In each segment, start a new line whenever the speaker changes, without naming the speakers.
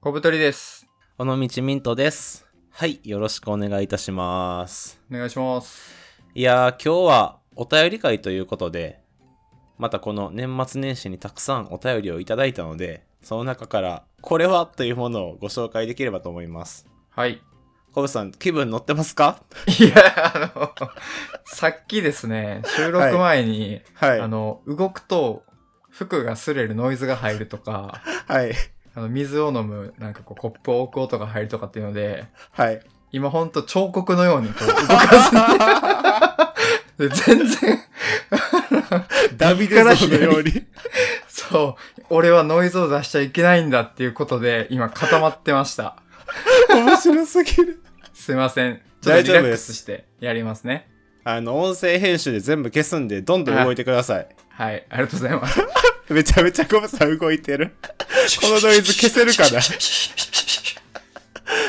小太りです。
尾道ミントです。はい、よろしくお願いいたします。
お願いします。
いやー、今日はお便り会ということで、またこの年末年始にたくさんお便りをいただいたので、その中から、これはというものをご紹介できればと思います。
はい。
コブさん、気分乗ってますか
いや、あの、さっきですね、収録前に、
はい。
あの、動くと服が擦れるノイズが入るとか、
はい。
あの、水を飲む、なんかこう、コップを置く音が入るとかっていうので、
はい。
今ほんと彫刻のようにこう動かす。で全然、
ダビデ像のように。
そう、俺はノイズを出しちゃいけないんだっていうことで、今固まってました。
面白すぎる。
すいません。ちょっ
大
とリ
丈
ラ
夫
ッ
で
ク
す
スしてやりますね。
あの、音声編集で全部消すんで、どんどん動いてください。
はい、ありがとうございます。
めちゃめちゃコブさん動いてる。このノイズ消せるかな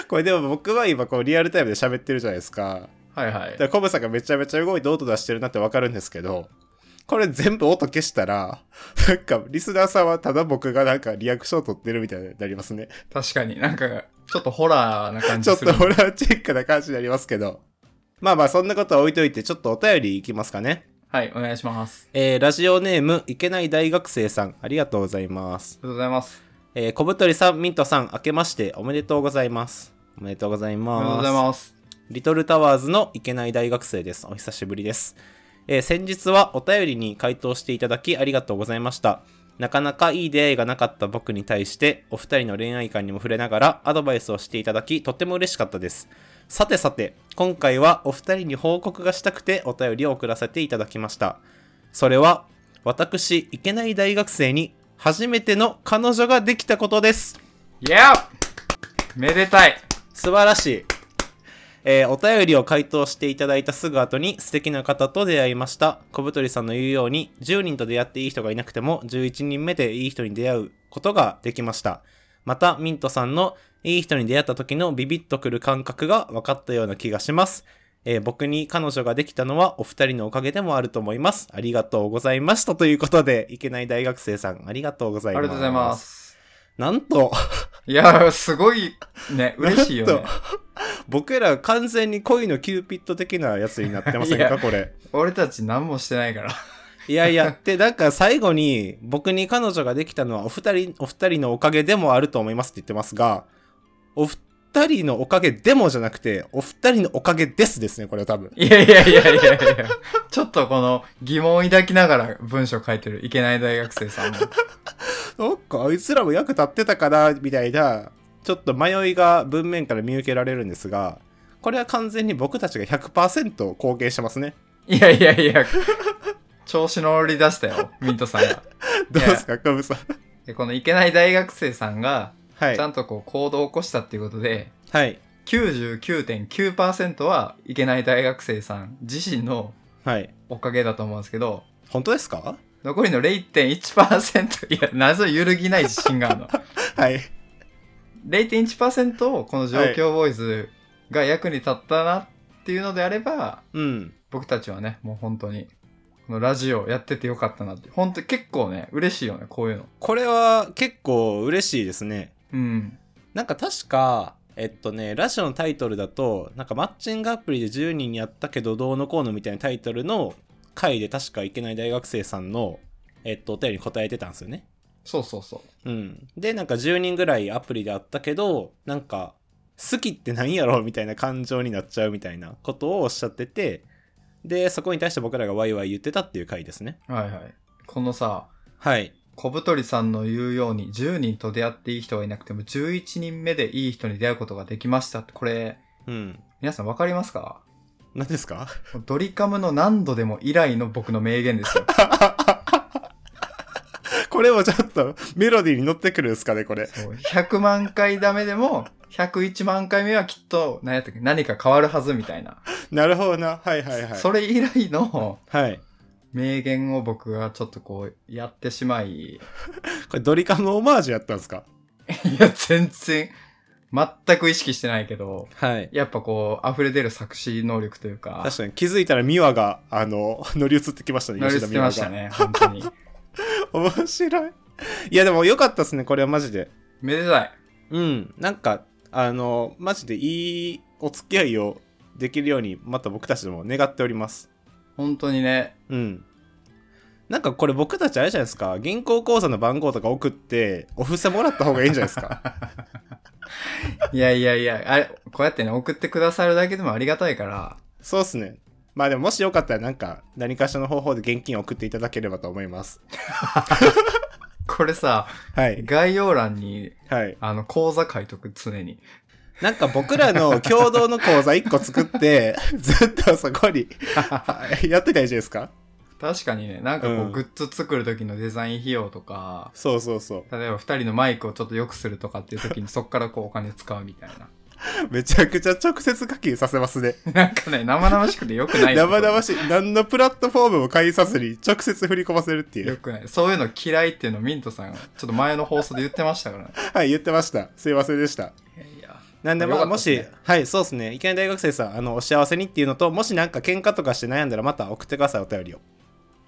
これでも僕は今こうリアルタイムで喋ってるじゃないですか。
はいはい
だか。らコブさんがめちゃめちゃ動いて音出してるなってわかるんですけど、これ全部音消したら、なんかリスナーさんはただ僕がなんかリアクション取ってるみたいになりますね。
確かになんか、ちょっとホラーな感
ち
じ
ょっ
する。
とホラーチェックな感じになりますけど。まあまあそんなことは置いといて、ちょっとお便りいきますかね。
はい、お願いします。
えー、ラジオネーム、いけない大学生さん、ありがとうございます
あ。りがとうございます。
えー、小太りさん、ミントさん、明けましておめでとうございます。おめでとうござ
あ
い
りがとうご
ます
ざい。ます。
リトルタワーズのいけない大学生です。お久しぶりです。えー先日はお便りに回答していただきありがとうございました。なかなかいい出会いがなかった僕に対して、お二人の恋愛観にも触れながらアドバイスをしていただき、とても嬉しかったです。さてさて、今回はお二人に報告がしたくてお便りを送らせていただきました。それは、私、いけない大学生に初めての彼女ができたことです。
いやめでたい
素晴らしい、えーお便りを回答していただいたすぐ後に素敵な方と出会いました小太りさんの言うように10人と出会っていい人がいなくても11人目でいい人に出会うことができましたまたミントさんのいい人に出会った時のビビッとくる感覚が分かったような気がします、えー僕に彼女ができたのはお二人のおかげでもあると思いますありがとうございましたということでいけない大学生さんありがとうござ
あ
い
り
ます
がとうございます。
なんと
いやすごいね、嬉しいよ
なん
ね
と。僕ら完全に恋のキューピッド的なやつになってません
いや
かこれ。
俺たち何もしてないから。
いやいや、で、なんか最後に、僕に彼女ができたのはお二人、お二人のおかげでもあると思いますって言ってますが、お二人のおかげでもじゃなくて、お二人のおかげですですね、これは多分。
いやいやいやいやいやちょっとこの疑問を抱きながら文章書いてるいけない大学生さんも。
そっか、あいつらも役立ってたかな、みたいな、ちょっと迷いが文面から見受けられるんですが、これは完全に僕たちが100%貢献してますね。
いやいやいや、調子乗り出したよ、ミントさんが。
どうですか、コブさん。
でこのいけない大学生さんが、
はい
ちゃ。んとこう行動を起こしたっていうことで、
はい。
99.9%はいけない大学生さん自身の
はい。
おかげだと思うんですけど
本当ですか
残りの0.1%いや 謎揺るぎない自信が あるの
はい。
0.1%をこの状況ボーイズが役に立ったなっていうのであれば
うん。
僕たちはねもう本当にこのラジオやっててよかったなって本当に結構ね嬉しいよねこういうの
これは結構嬉しいですね。
うん
なんか確か、えっとね、ラジオのタイトルだと、なんかマッチングアプリで10人やったけどどうのこうのみたいなタイトルの回で確かいけない大学生さんの、えっと、お便りに答えてたんですよね。
そうそうそう
うん。で、なんか10人ぐらいアプリであったけど、なんか、好きって何やろみたいな感情になっちゃうみたいなことをおっしゃってて、で、そこに対して僕らがワイワイ言ってたっていう回ですね。
はいはいこのさ
はい。
小太りさんの言うように10人と出会っていい人がいなくても11人目でいい人に出会うことができましたってこれ
うん。
皆さんわかりますか
何ですか
ドリカムの何度でも以来の僕の名言ですよ
これもちょっとメロディーに乗ってくるんですかね、これ。
そう100万回ダメでも101万回目はきっと何やったっけ何か変わるはずみたいな、
なるほどな。はいはいはい。
それ以来の
はい。
名言を僕がちょっとこうやってしまいい
これドリカムオマージュやったんですか
や全然全く意識してないけど
はい。
やっぱこう溢れ出る作詞能力というか
確かに気づいたらミワが、あの、乗り移ってきましたね。
乗り捨てましたね本当に
吉田美和が。面白い。いやでも良かったですね、これはマジで。
めでたい
うん、なんか、あの、マジでいいお付き合いをできるように、また僕たちも願っております。
本当にね。
うん。なんかこれ僕たちあれじゃないですか、銀行口座の番号とか送って、お布施もらった方がいいんじゃないですか。
いやいやいや、あれ、こうやってね、送ってくださるだけでもありがたいから、
そうっすね。まあでももしよかったらなんか何かしらの方法で現金を送っていただければと思います。
これさ、
はい。
概要欄に、
はい。
あの、講座書いとく、常に。
なんか僕らの共同の口座1個作って、 ずっとそこに やってたらいいじゃないですか。
確かにね、なんかこう、
うん
グッズ作る時のデザイン費用とか、
そうそうそう。
例えば二人のマイクをちょっと良くするとかっていう 時にそっからこうお金使うみたいな。
めちゃくちゃ直接課金させますね。
なんかね、生々しくて良くない。
生々
し
しい。何のプラットフォームも介さずに直接振り込ませるってい
良
う。
くない。そういうの嫌いっていうのをミントさんが、ちょっと前の放送で言ってましたからね。
はい、言ってました。すいませんでした。
いや、
なんで、
よ
ま
かっ
あ、
た
も
ですね
し、はい、そうですね。いきなり大学生さん、あの、お幸せにっていうのと、もしなんか喧嘩とかして悩んだら、また送ってください、お便りを。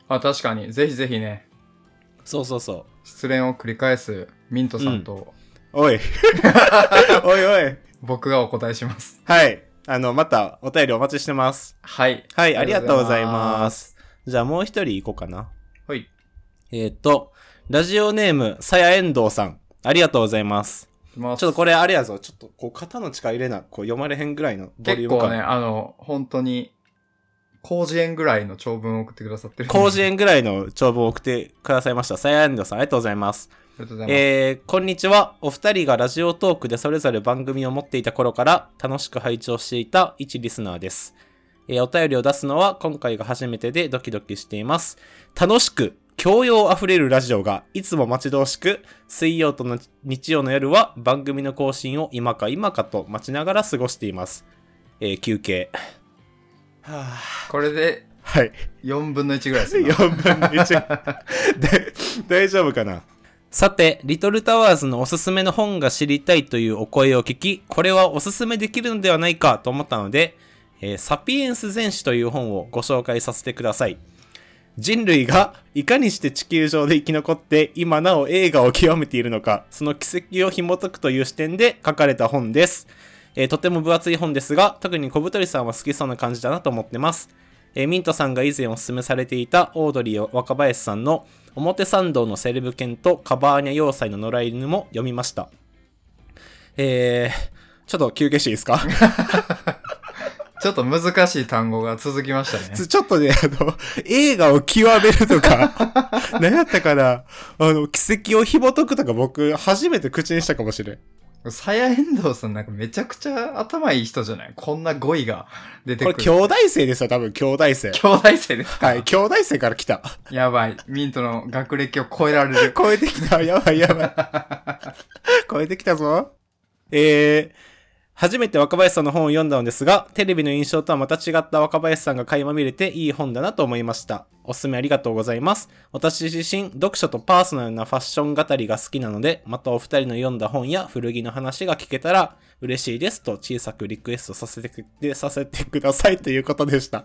あ、確かに。ぜひぜひね、
そうそうそう。
失恋を繰り返すミントさんと、
おい。 おいおい。
僕がお答えします。
はい。あの、またお便りお待ちしてます。
はい。
はい、ありがとうござい
ありがとうございま
ます。じゃあもう一人行こうかな。
はい。
えっ、と、ラジオネーム、さやえんどうさん。ありがとうございます。
いきます
ちょっとこれあれやぞ。ちょっと、こう、肩の力入れな、こう、読まれへんぐらいのボリュ
結
ーム
構
感。
ね、あの、本当に、広辞苑ぐらいの長文を送ってくださってる。
広辞
園。
苑ぐらいの長文を送ってくださいました。さやえんどうさん、ありがとうございます。
ありがとうございます。
えーこんにちは。お二人がラジオトークでそれぞれ番組を持っていた頃から楽しく拝聴していた一リスナーです。えーお便りを出すのは今回が初めてでドキドキしています。楽しく、教養あふれるラジオがいつも待ち遠しく、水曜との日曜の夜は番組の更新を今か今かと待ちながら過ごしています。えー休憩。はぁ
これで
はい。
4分の1ぐらいです ね。
4分の1で大丈夫かなさて、リトルタワーズのおすすめの本が知りたいというお声を聞き、これはおすすめできるのではないかと思ったので、えーサピエンス全史という本をご紹介させてください。人類がいかにして地球上で生き残って今なお映画を極めているのか、その軌跡を紐解くという視点で書かれた本です。えーとても分厚い本ですが、特に小太りさんは好きそうな感じだなと思ってます。えーミントさんが以前お勧めされていたオードリー若林さんの表参道のセレブ犬とカバーニャ要塞の野良犬も読みました。えー、ちょっと休憩していいですか
ちょっと難しい単語が続きました ね。
つ ちょっとね、あの、映画を極めるとか、 何やったかな、あの、奇跡を紐解くとか僕、初めて口にしたかもしれん。
さや遠藤さんなんかめちゃくちゃ頭いい人じゃないこんな語彙が出て
こ
く
れ、
る。
兄弟生ですよ、多分、兄弟生。
兄弟生ですか、
はい、兄弟生から来た。
やばい。ミントの学歴を超えられる。
超えてき た。やばいやばい。超えてきたぞ。えー、初めて若林さんの本を読んだのですが、テレビの印象とはまた違った若林さんが垣間見れていい本だなと思いました。おすすめありがとうございます。私自身、読書とパーソナルなファッション語りが好きなので、またお二人の読んだ本や古着の話が聞けたら嬉しいですと小さくリクエストさせてくでさせてくださいということでした。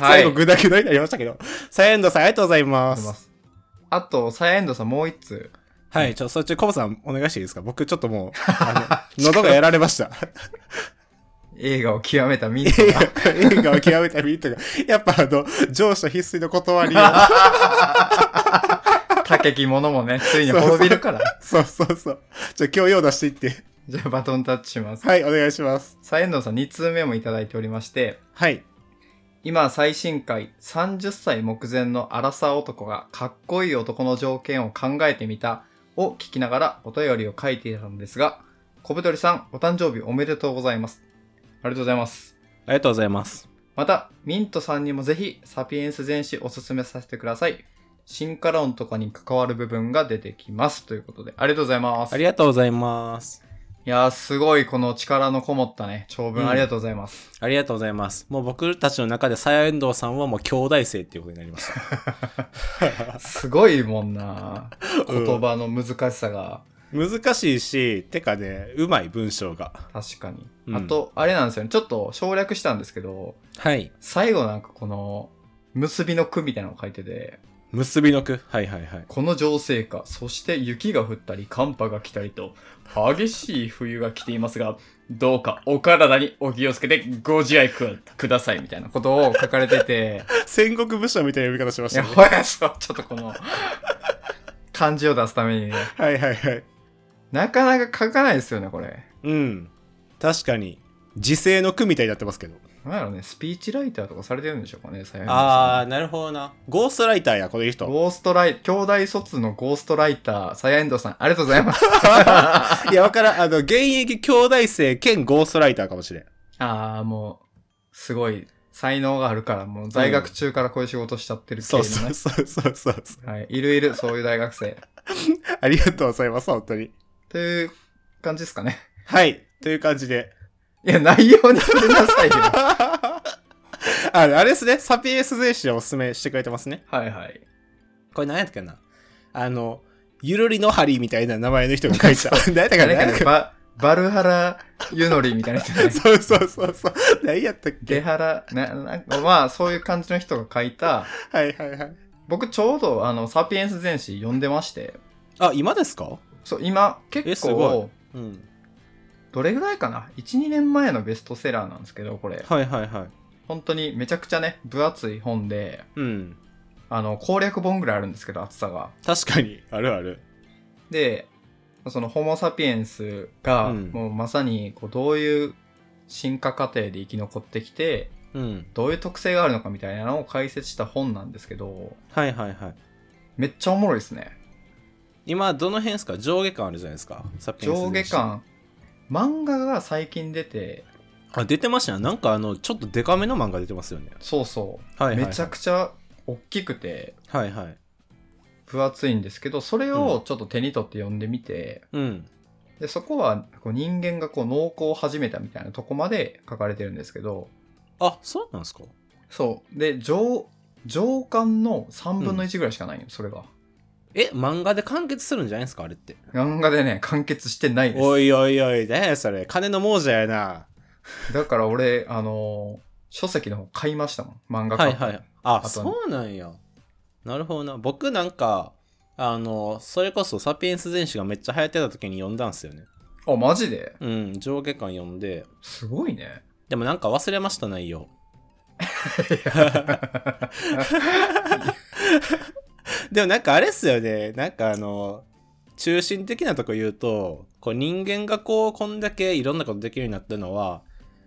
はい。
最後グダグダになりましたけど。サイエンドさんありがとうございます。
あと、さや遠藤さんもう一通。
はい、ちょ、そっち、コブさん、お願いしていいですか僕、ちょっと もう、あの、喉がやられました。
映画を極めたミント
映
が。
画映画を極めたビートが、やっぱあの、上司必須の断 りを、
竹木ものもね、ついに
そうそう
滅びるから。
そうそうそう。ちょ、今日用出していって、
じゃあバトンタッチします。
はい、お願いします。
さや遠藤さん2通目もいただいておりまして、
はい。
今最新回30歳目前のアラサー男がかっこいい男の条件を考えてみたを聞きながらお便りを書いていたのですが、小太りさんお誕生日おめでとうございます。ありがとうございます。
ありがとうございます。
また、ミントさんにもぜひサピエンス全史おすすめさせてください。進化論とかに関わる部分が出てきます。ということで、ありがとうございます。
あ
い
りがとうございます。
やー、すごいこの力のこもったね、長
うん
文ありがとうございます。
ありがとうございます。もう僕たちの中で、サヤエンドウさんはもう兄弟生っていうことになりました。
すごいもんな
うん
言葉の難しさが。
難しいし、てかね、うまい文章が。
確かに、
うん
あとあれなんですよねちょっと省略したんですけど
はい。
最後なんかこの結びの句みたいなのを書いてて
結びの句。はいはいはい。
この情勢下、そして雪が降ったり寒波が来たりと、激しい冬が来ていますが、どうかお体にお気をつけてご自愛くくださいみたいなことを書かれて て、
戦国武将みたいな呼び方しまし
い
た
や、
ね。
ほやそう、ちょっとこの、漢字を出すためにね、
はいはいはい。
なかなか書かないですよね、これ。
うん。確かに。時勢の句みたいになってますけど。
なんやろね、スピーチライターとかされてるんでしょうかね、最悪
あー、なるほどな。ゴーストライターや、この 人。
ゴーストライ、兄弟卒のゴーストライター、サヤエンドウさん、ありがとうござい ます。
いや、わからん。あの、現役兄弟生兼ゴーストライターかもしれん。
ああ、もう、すごい、才能があるから、もう在学中からこういう仕事しちゃってる系
そ
の
う
ね。
そうそうそうそう。
はい。いるいる、そういう大学生。
ありがとうございます、本当に。
という感じですかね。
はい。という感じで。
いや、内容に触れな さいよ。
ああれですね、サピエンス全史をおすすめしてくれてますね。
はいはい。
これ何やったっけなあの、ゆるりのハリーみたいな名前の人が書い てた。何やったっけ
誰
な。
かね、バ、バルハラユノリみたいな人ね
そうそうそうそう。何やったっけ
ゲハラ、な、なんか、まあ、そういう感じの人が書いた、
はいはいはい。
僕ちょうど、あの、サピエンス全史読んでまして、
あ、今ですか
そう、今、
え
結
すご
構、
うん。
どれぐらいかな ?1、2年前のベストセラーなんですけど、これ。
はいはいはい。
本当にめちゃくちゃね、分厚い本で、
うん。
あの、攻略本ぐらいあるんですけど、厚さが。
確かに。あるある。
でそのホモ・サピエンスが、
うん
もうまさにこうどういう進化過程で生き残ってきて
うん。
どういう特性があるのかみたいなのを解説した本なんですけど
はいはいはい。
めっちゃおもろいですね
今、どの辺ですか上下感あるじゃないですか。サピエンス
上
全
下
史。
巻漫画が最近出て
あ、出てましたね。なんかあの、ちょっとデカめの漫画出てますよね。
そうそう、
はいはいはい
めちゃくちゃ大きくて
はいはい。
分厚いんですけどそれをちょっと手に取って読んでみて、
うん。
でそこはこう人間がこう農耕を始めたみたいなとこまで書かれてるんですけど、
あ、そうなんですか
そう。で、上、上巻の3分の1ぐらいしかないよ、それが。
え、漫画で完結するんじゃないですかあれって。
漫画でね、完結してないで
おいおいおい、何やそれ。金の亡者やな。
す。だから俺、あのー書籍の方買いましたもん、漫画
は
買
い
って
はい。あ、
あとね
そうなんや。なるほどな。僕なんか、あの、それこそサピエンス全史がめっちゃ流行ってた時に読んだんすよね。
あ、マジで
うん、上下巻読んで。
すごいね。
でもなんか忘れました内容。 でもなんかあれっすよね。なんかあの、中心的なとこ言うと、こう人間がこう、こんだけいろんなことできるようになったのは、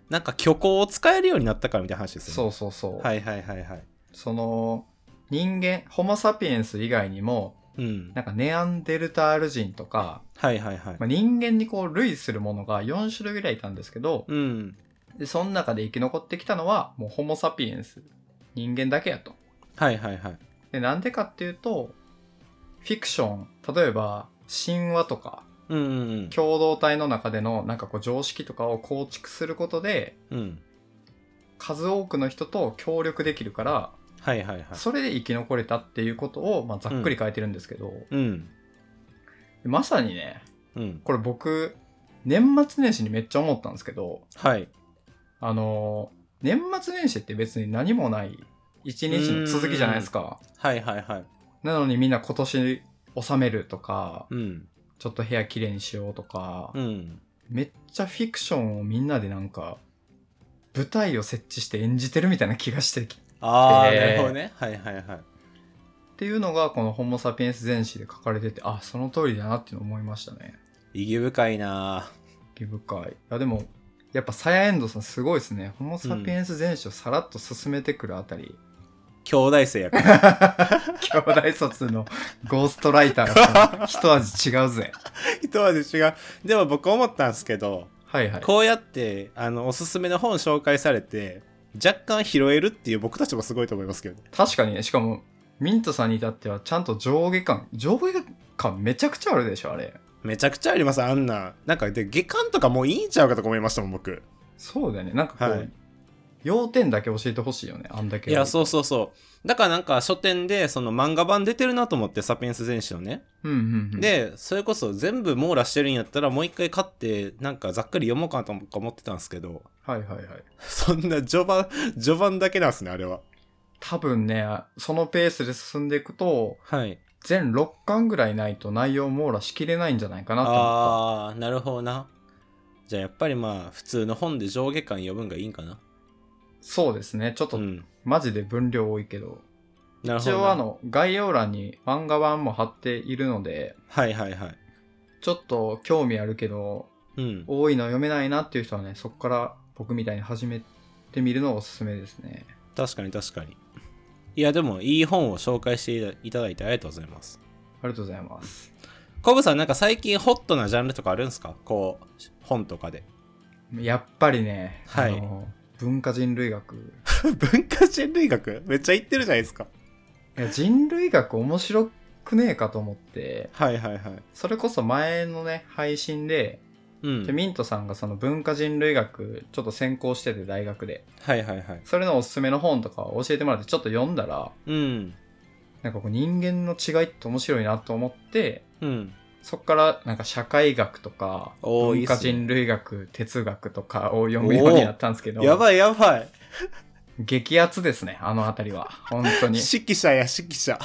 なんか虚構を使えるようになったからみたいな話ですよ
そ
ね。
うそうそう。
はいはいはいはい。
その、人間、ホモ・サピエンス以外にも、
うん。
なんかネアンデルタール人とか、
はいはいはい
ま。あ、人間にこう類するものが4種類ぐらいいたんですけど、
うん。
でその中で生き残ってきたのは、もうホモ・サピエンス、人間だけやと。
はいはいはい。
で、なんでかっていうと、フィクション、例えば神話とか、
うんうん
共同体の中でのなんかこう常識とかを構築することで、
うん。うん。
数多くの人と協力できるから、
はいはいはい。
それで生き残れたっていうことを、まあ、ざっくり書いてるんですけど、
うん。
まさにね、
うん。
これ僕、年末年始にめっちゃ思ったんですけど、
はい。
あのー年末年始って別に何もない一日の続きじゃないですか。
はいはいはい。
なのにみんな今年収めるとか、
うん。
ちょっと部屋きれいにしようとか、
うん。
めっちゃフィクションをみんなでなんか舞台を設置して演じてるみたいな気がしてきっ
ああ、
で
なるほどね。はいはいはい。
ていうのがこの「ホモ・サピエンス全史」で書かれててあその通りだなっていうの思いましたね
意義深いな
義深いいやでもやっぱサヤエンドさんすごいですね「ホモ・サピエンス全史」をさらっと進めてくるあたり、
兄弟生や から。
兄弟卒のゴーストライターが一味違うぜ
一味違う。でも僕思ったんですけど、
はいはい
こうやって、あの、おすすめの本紹介されて、若干拾えるっていう僕たちもすごいと思いますけどね。
確かにねしかもミントさんに至ってはちゃんと上下感上下感めちゃくちゃあるでしょあれ
めちゃくちゃあります、あんな。なんか、で、下巻とかもういいんちゃうかとか思いましたもん、僕。
そうだよね。なんかこう、
はい
要点だけ教えてほしいよね。あんだけ。
いや、そうそうそう。だからなんか書店でその漫画版出てるなと思って、サピエンス全史のね。
う。うんうん、うん。、
で、それこそ全部網羅してるんやったらもう一回買って、なんかざっくり読もうかなと思ってたんですけど、
はいはいはい。
そんな序盤、序盤だけなんすね、あれは。
多分ね、そのペースで進んでいくと、
はい。
全6巻ぐらいないと内容を網羅しきれないんじゃないかなと思った。
ああ、なるほどな。じゃあやっぱりまあ、普通の本で上下巻読むんがいいんかな。
そうですね。ちょっ
う
と、
ん。
マジで分量多いけど。
なるほ
一
どな。
応あの、概要欄に漫画版も貼っているので、
はいはいはい。
ちょっと興味あるけど、
うん。
多いの読めないなっていう人はね、そこから僕みたいに始めてみるのをおすすめですね。
確かに確かに。いや、でもいい本を紹介していただいてありがとうございます。
ありがとうございます。
コブさん、なんか最近ホットなジャンルとかあるんですかこう、本とかで。
やっぱりね、
は
あ
い
の文化人類学。
文化人類学めっちゃ言ってるじゃないですか。
いや人類学面白くねえかと思って、
はいはいはい。
それこそ前のね、配信で、
うん
で。ミントさんがその文化人類学ちょっと専攻してて大学で
はいはいはい。
それのおすすめの本とかを教えてもらってちょっと読んだら
うん。
なんかこう人間の違いって面白いなと思って
うん。
そっからなんか社会学とか
おーいい
文
っす
化
ね
人類学哲学とかを読むようになったんですけど
やばいやばい。
激アツですねあの辺りは本当にい
指揮者や指揮 者。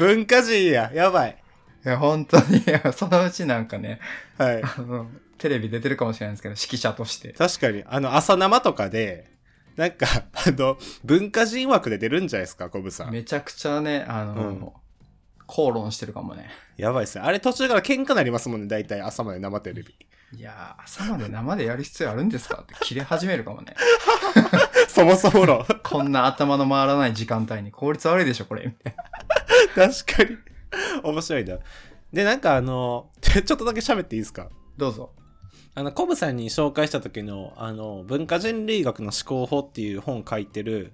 文化人や。やばい。
や本当にい やそのうちなんかね
はい。
あのテレビ出てるかもしれないんですけど指揮者として
確かに、あの、朝生とかで、なんか、あの、文化人枠で出るんじゃないですか、コブさん。
めちゃくちゃねあの、
うん
口論してるかもね
やばいっすね。あれ途中から喧嘩なりますもんね、大体朝まで生テレビ。
いやー、朝まで生でやる必要あるんですかって切れ始めるかもね。
そもそもの。
こんな頭の回らない時間帯に効率悪いでしょ、これ。みたい
確かに。面白いな。で、なんかあの、 ちょちょっとだけ喋っていいですか
などうぞ。
あの、コブさんに紹介した時の、あの、文化人類学の思考法っていう本を書いてる、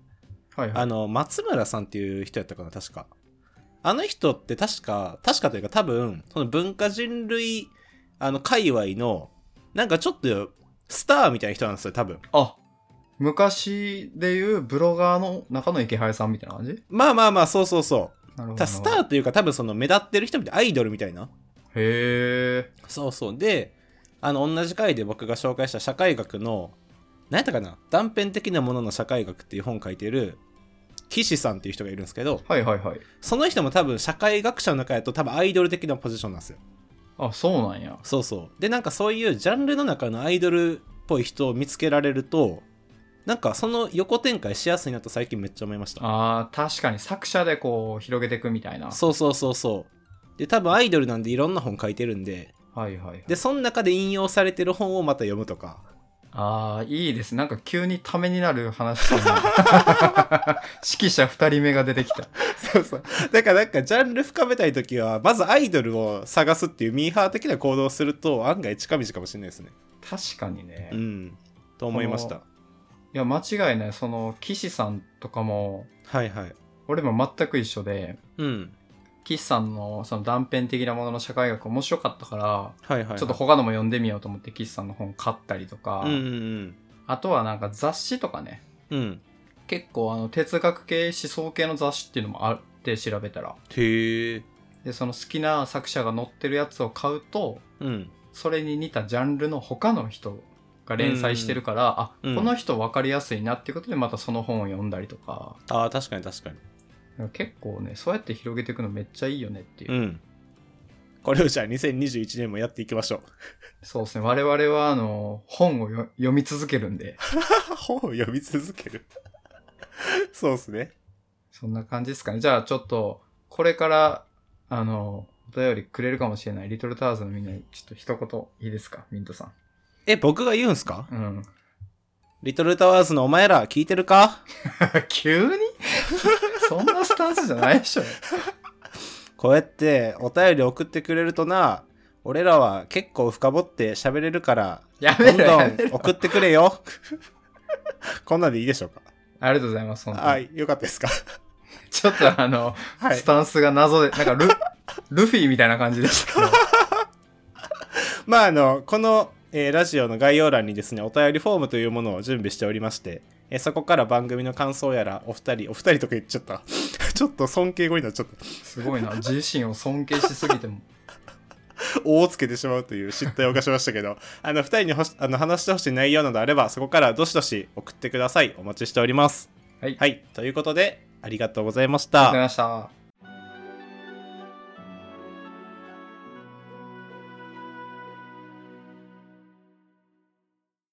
はいはい。
あの、松村さんっていう人やったかな、確か。あの人って確か、確かというか多分、その文化人類、あの、界隈の、なんかちょっと、スターみたいな人なんですよ、多分。
あ、昔で言うブロガーの中の池原さんみたいな感じ
まあまあまあ、そうそうそう。
なるほ
た
ど。
だスターというか多分その目立ってる人みたいな、アイドルみたいな。
へえ。
そうそう。で、あの、同じ回で僕が紹介した社会学の、何やったかな断片的なものの社会学っていう本書いてる、岸さんっていう人がいるんですけど、
はいはいはい。
その人も多分社会学者の中やと多分アイドル的なポジションなんですよ。
あ、そうなんや。
そうそうでなんかそういうジャンルの中のアイドルっぽい人を見つけられるとなんかその横展開しやすいなと最近めっちゃ思いました
あー、確かに作者でこう、広げていくみたいな。
そうそうそうそうで多分アイドルなんでいろんな本書いてるんで
はいはいはい。
でその中で引用されてる本をまた読むと か
あー、いいです。なんか急にためになる話して るな指揮者二人目が出てきた。
そうそうだからなんかジャンル深めたい時はまずアイドルを探すっていうミーハー的な行動をすると案外近道かもしれないですね
確かにね。
うんと思いました
いや、間違いない。その、岸さんとかも、
はいはい
俺も全く一緒で、
うん
岸さんのその断片的なものの社会学面白かったから、
はいはいはい、
ちょっと他のも読んでみようと思って岸さんの本買ったりとか、
うんうん
あとはなんか雑誌とかね、
うんうん
結構あの哲学系、思想系の雑誌っていうのもあって調べたら、
へえ
で、その好きな作者が載ってるやつを買うと、
うん
それに似たジャンルの他の人が連載してるから、あ、
うん
この人分かりやすいなっていうことでまたその本を読んだりとか、
ああ確かに確かに
結構ねそうやって広げていくのめっちゃいいよねっていう、
うん。これをじゃあ2021年もやっていきましょう。
そうですね我々はあの本をよ読み続けるんで
本を読み続ける。 そうですね。
そんな感じですかねじゃあちょっとこれからあのお便りくれるかもしれないリトルターズのみんなにちょっと一言いいですかミントさ
え、僕が言うんすか
んうん
リトルタワーズのお前ら聞いてるか
急に そんなスタンスじゃないでし ょ
こうやってお便り送ってくれるとな、俺らは結構深掘って喋れるから、
や
ど
め
ん
ろ
ど
や
ん
めろ
送ってくれよ。 こんなんでいいでしょうか
ありがとうございます本当に、
はい、よかったですか
ちょっとあの、
はい
ス。タンスが謎でなんかルルフィみたいな感じでしたけど
まああのこの、えーラジオの概要欄にですねお便りフォームというものを準備しておりまして、えーそこから番組の感想やらお二人お二人とか言っちゃった ちょっと尊敬語になっちゃった
すごいな自身を尊敬しすぎても
大をつけてしまうという失態を犯しましたけど あの二人にほしあの話してほしい内容などあればそこからどしどし送ってくださいお待ちしております
はい。ありがとう
はい。ということで、ありがとうございまし
ご
た
ざい。ました。